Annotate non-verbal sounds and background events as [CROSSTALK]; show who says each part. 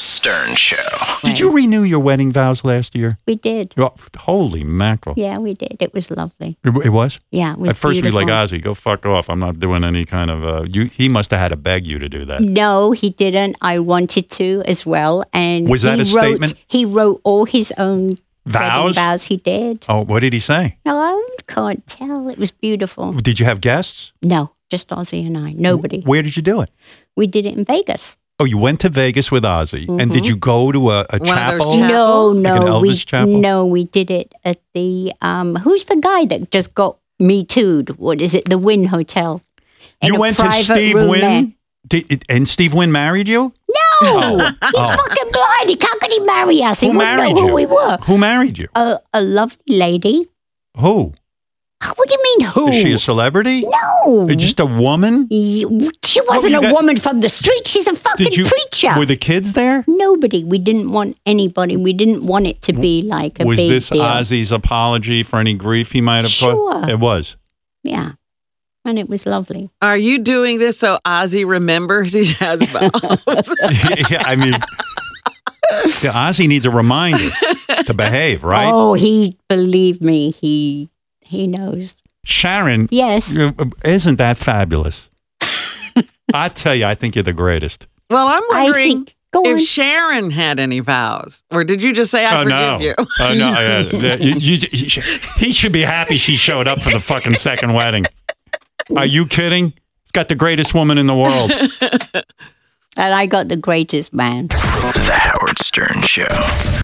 Speaker 1: show.
Speaker 2: Did you renew your wedding vows last year?
Speaker 3: We did.
Speaker 2: Oh, holy mackerel.
Speaker 3: Yeah, we did. It was lovely.
Speaker 2: It, it was?
Speaker 3: Yeah, it was
Speaker 2: At first,
Speaker 3: beautiful.
Speaker 2: we like, Ozzy, go fuck off. I'm not doing any kind of. Uh, you, he must have had to beg you to do that.
Speaker 3: No, he didn't. I wanted to as well, and
Speaker 2: Was that
Speaker 3: he
Speaker 2: a
Speaker 3: wrote,
Speaker 2: statement?
Speaker 3: He wrote all his own
Speaker 2: Vows?
Speaker 3: wedding vows. He did.
Speaker 2: Oh, what did he say?
Speaker 3: No, I can't tell. It was beautiful.
Speaker 2: Did you have guests?
Speaker 3: No, just Ozzy and I. Nobody.
Speaker 2: Where did you do it?
Speaker 3: We did it in Vegas.
Speaker 2: Oh, you went to Vegas with Ozzy, and
Speaker 3: Mm-hmm.
Speaker 2: did you go to a, a
Speaker 4: One of those
Speaker 2: chapel?
Speaker 4: chap-
Speaker 3: No,
Speaker 4: Chapels?
Speaker 2: Like an
Speaker 3: no,
Speaker 2: Elvis
Speaker 3: we
Speaker 2: chapel?
Speaker 3: no, we did it at the um. Who's the guy that just got me too'd? What is it? The Wynn Hotel. In
Speaker 2: you
Speaker 3: a
Speaker 2: went to
Speaker 3: private
Speaker 2: Steve
Speaker 3: room eh?
Speaker 2: Wynn,
Speaker 3: there.
Speaker 2: Did- and Steve Wynn married you.
Speaker 3: No,
Speaker 2: [LAUGHS] Oh.
Speaker 3: he's
Speaker 2: Oh.
Speaker 3: fucking blind. He can't could he marry us. He
Speaker 2: Who
Speaker 3: wouldn't
Speaker 2: married
Speaker 3: know who
Speaker 2: you?
Speaker 3: we were.
Speaker 2: Who married you?
Speaker 3: A, a lovely lady. Oh,
Speaker 2: Who?
Speaker 3: What do you mean who? Mm-hmm.
Speaker 2: Is she a celebrity?
Speaker 3: no,
Speaker 2: Just a woman?
Speaker 3: You- she wasn't
Speaker 2: you
Speaker 3: a
Speaker 2: got-
Speaker 3: woman from the street. She's a fucking
Speaker 2: Did you?
Speaker 3: preacher.
Speaker 2: Were the kids there?
Speaker 3: Nobody. We didn't want anybody. We didn't want it to be like a
Speaker 2: was
Speaker 3: big
Speaker 2: this
Speaker 3: deal.
Speaker 2: Ozzy's apology for any grief he might have
Speaker 3: Sure.
Speaker 2: caused? It was.
Speaker 3: Yeah, and it was lovely.
Speaker 4: Are you doing this so Ozzy remembers he has vows?
Speaker 3: [LAUGHS]
Speaker 2: [LAUGHS] yeah, I mean, yeah, Ozzy needs a reminder to behave, right?
Speaker 3: Oh, he believe me. He he knows.
Speaker 2: Sharon,
Speaker 3: Yes.
Speaker 2: you- isn't that fabulous? I tell you, I think you're the greatest.
Speaker 4: well, I'm
Speaker 3: I
Speaker 4: wondering
Speaker 3: think. Go on.
Speaker 4: if Sharon had any vows, or did you just say I forgive
Speaker 2: no!
Speaker 4: you?
Speaker 2: Oh no! yeah,
Speaker 4: [LAUGHS]
Speaker 2: yeah, you- you- you sh- he should be happy she showed up for the fucking second wedding. Are you kidding? He's got the greatest woman in the world.
Speaker 3: and I got the greatest man.
Speaker 1: The Howard Stern Show.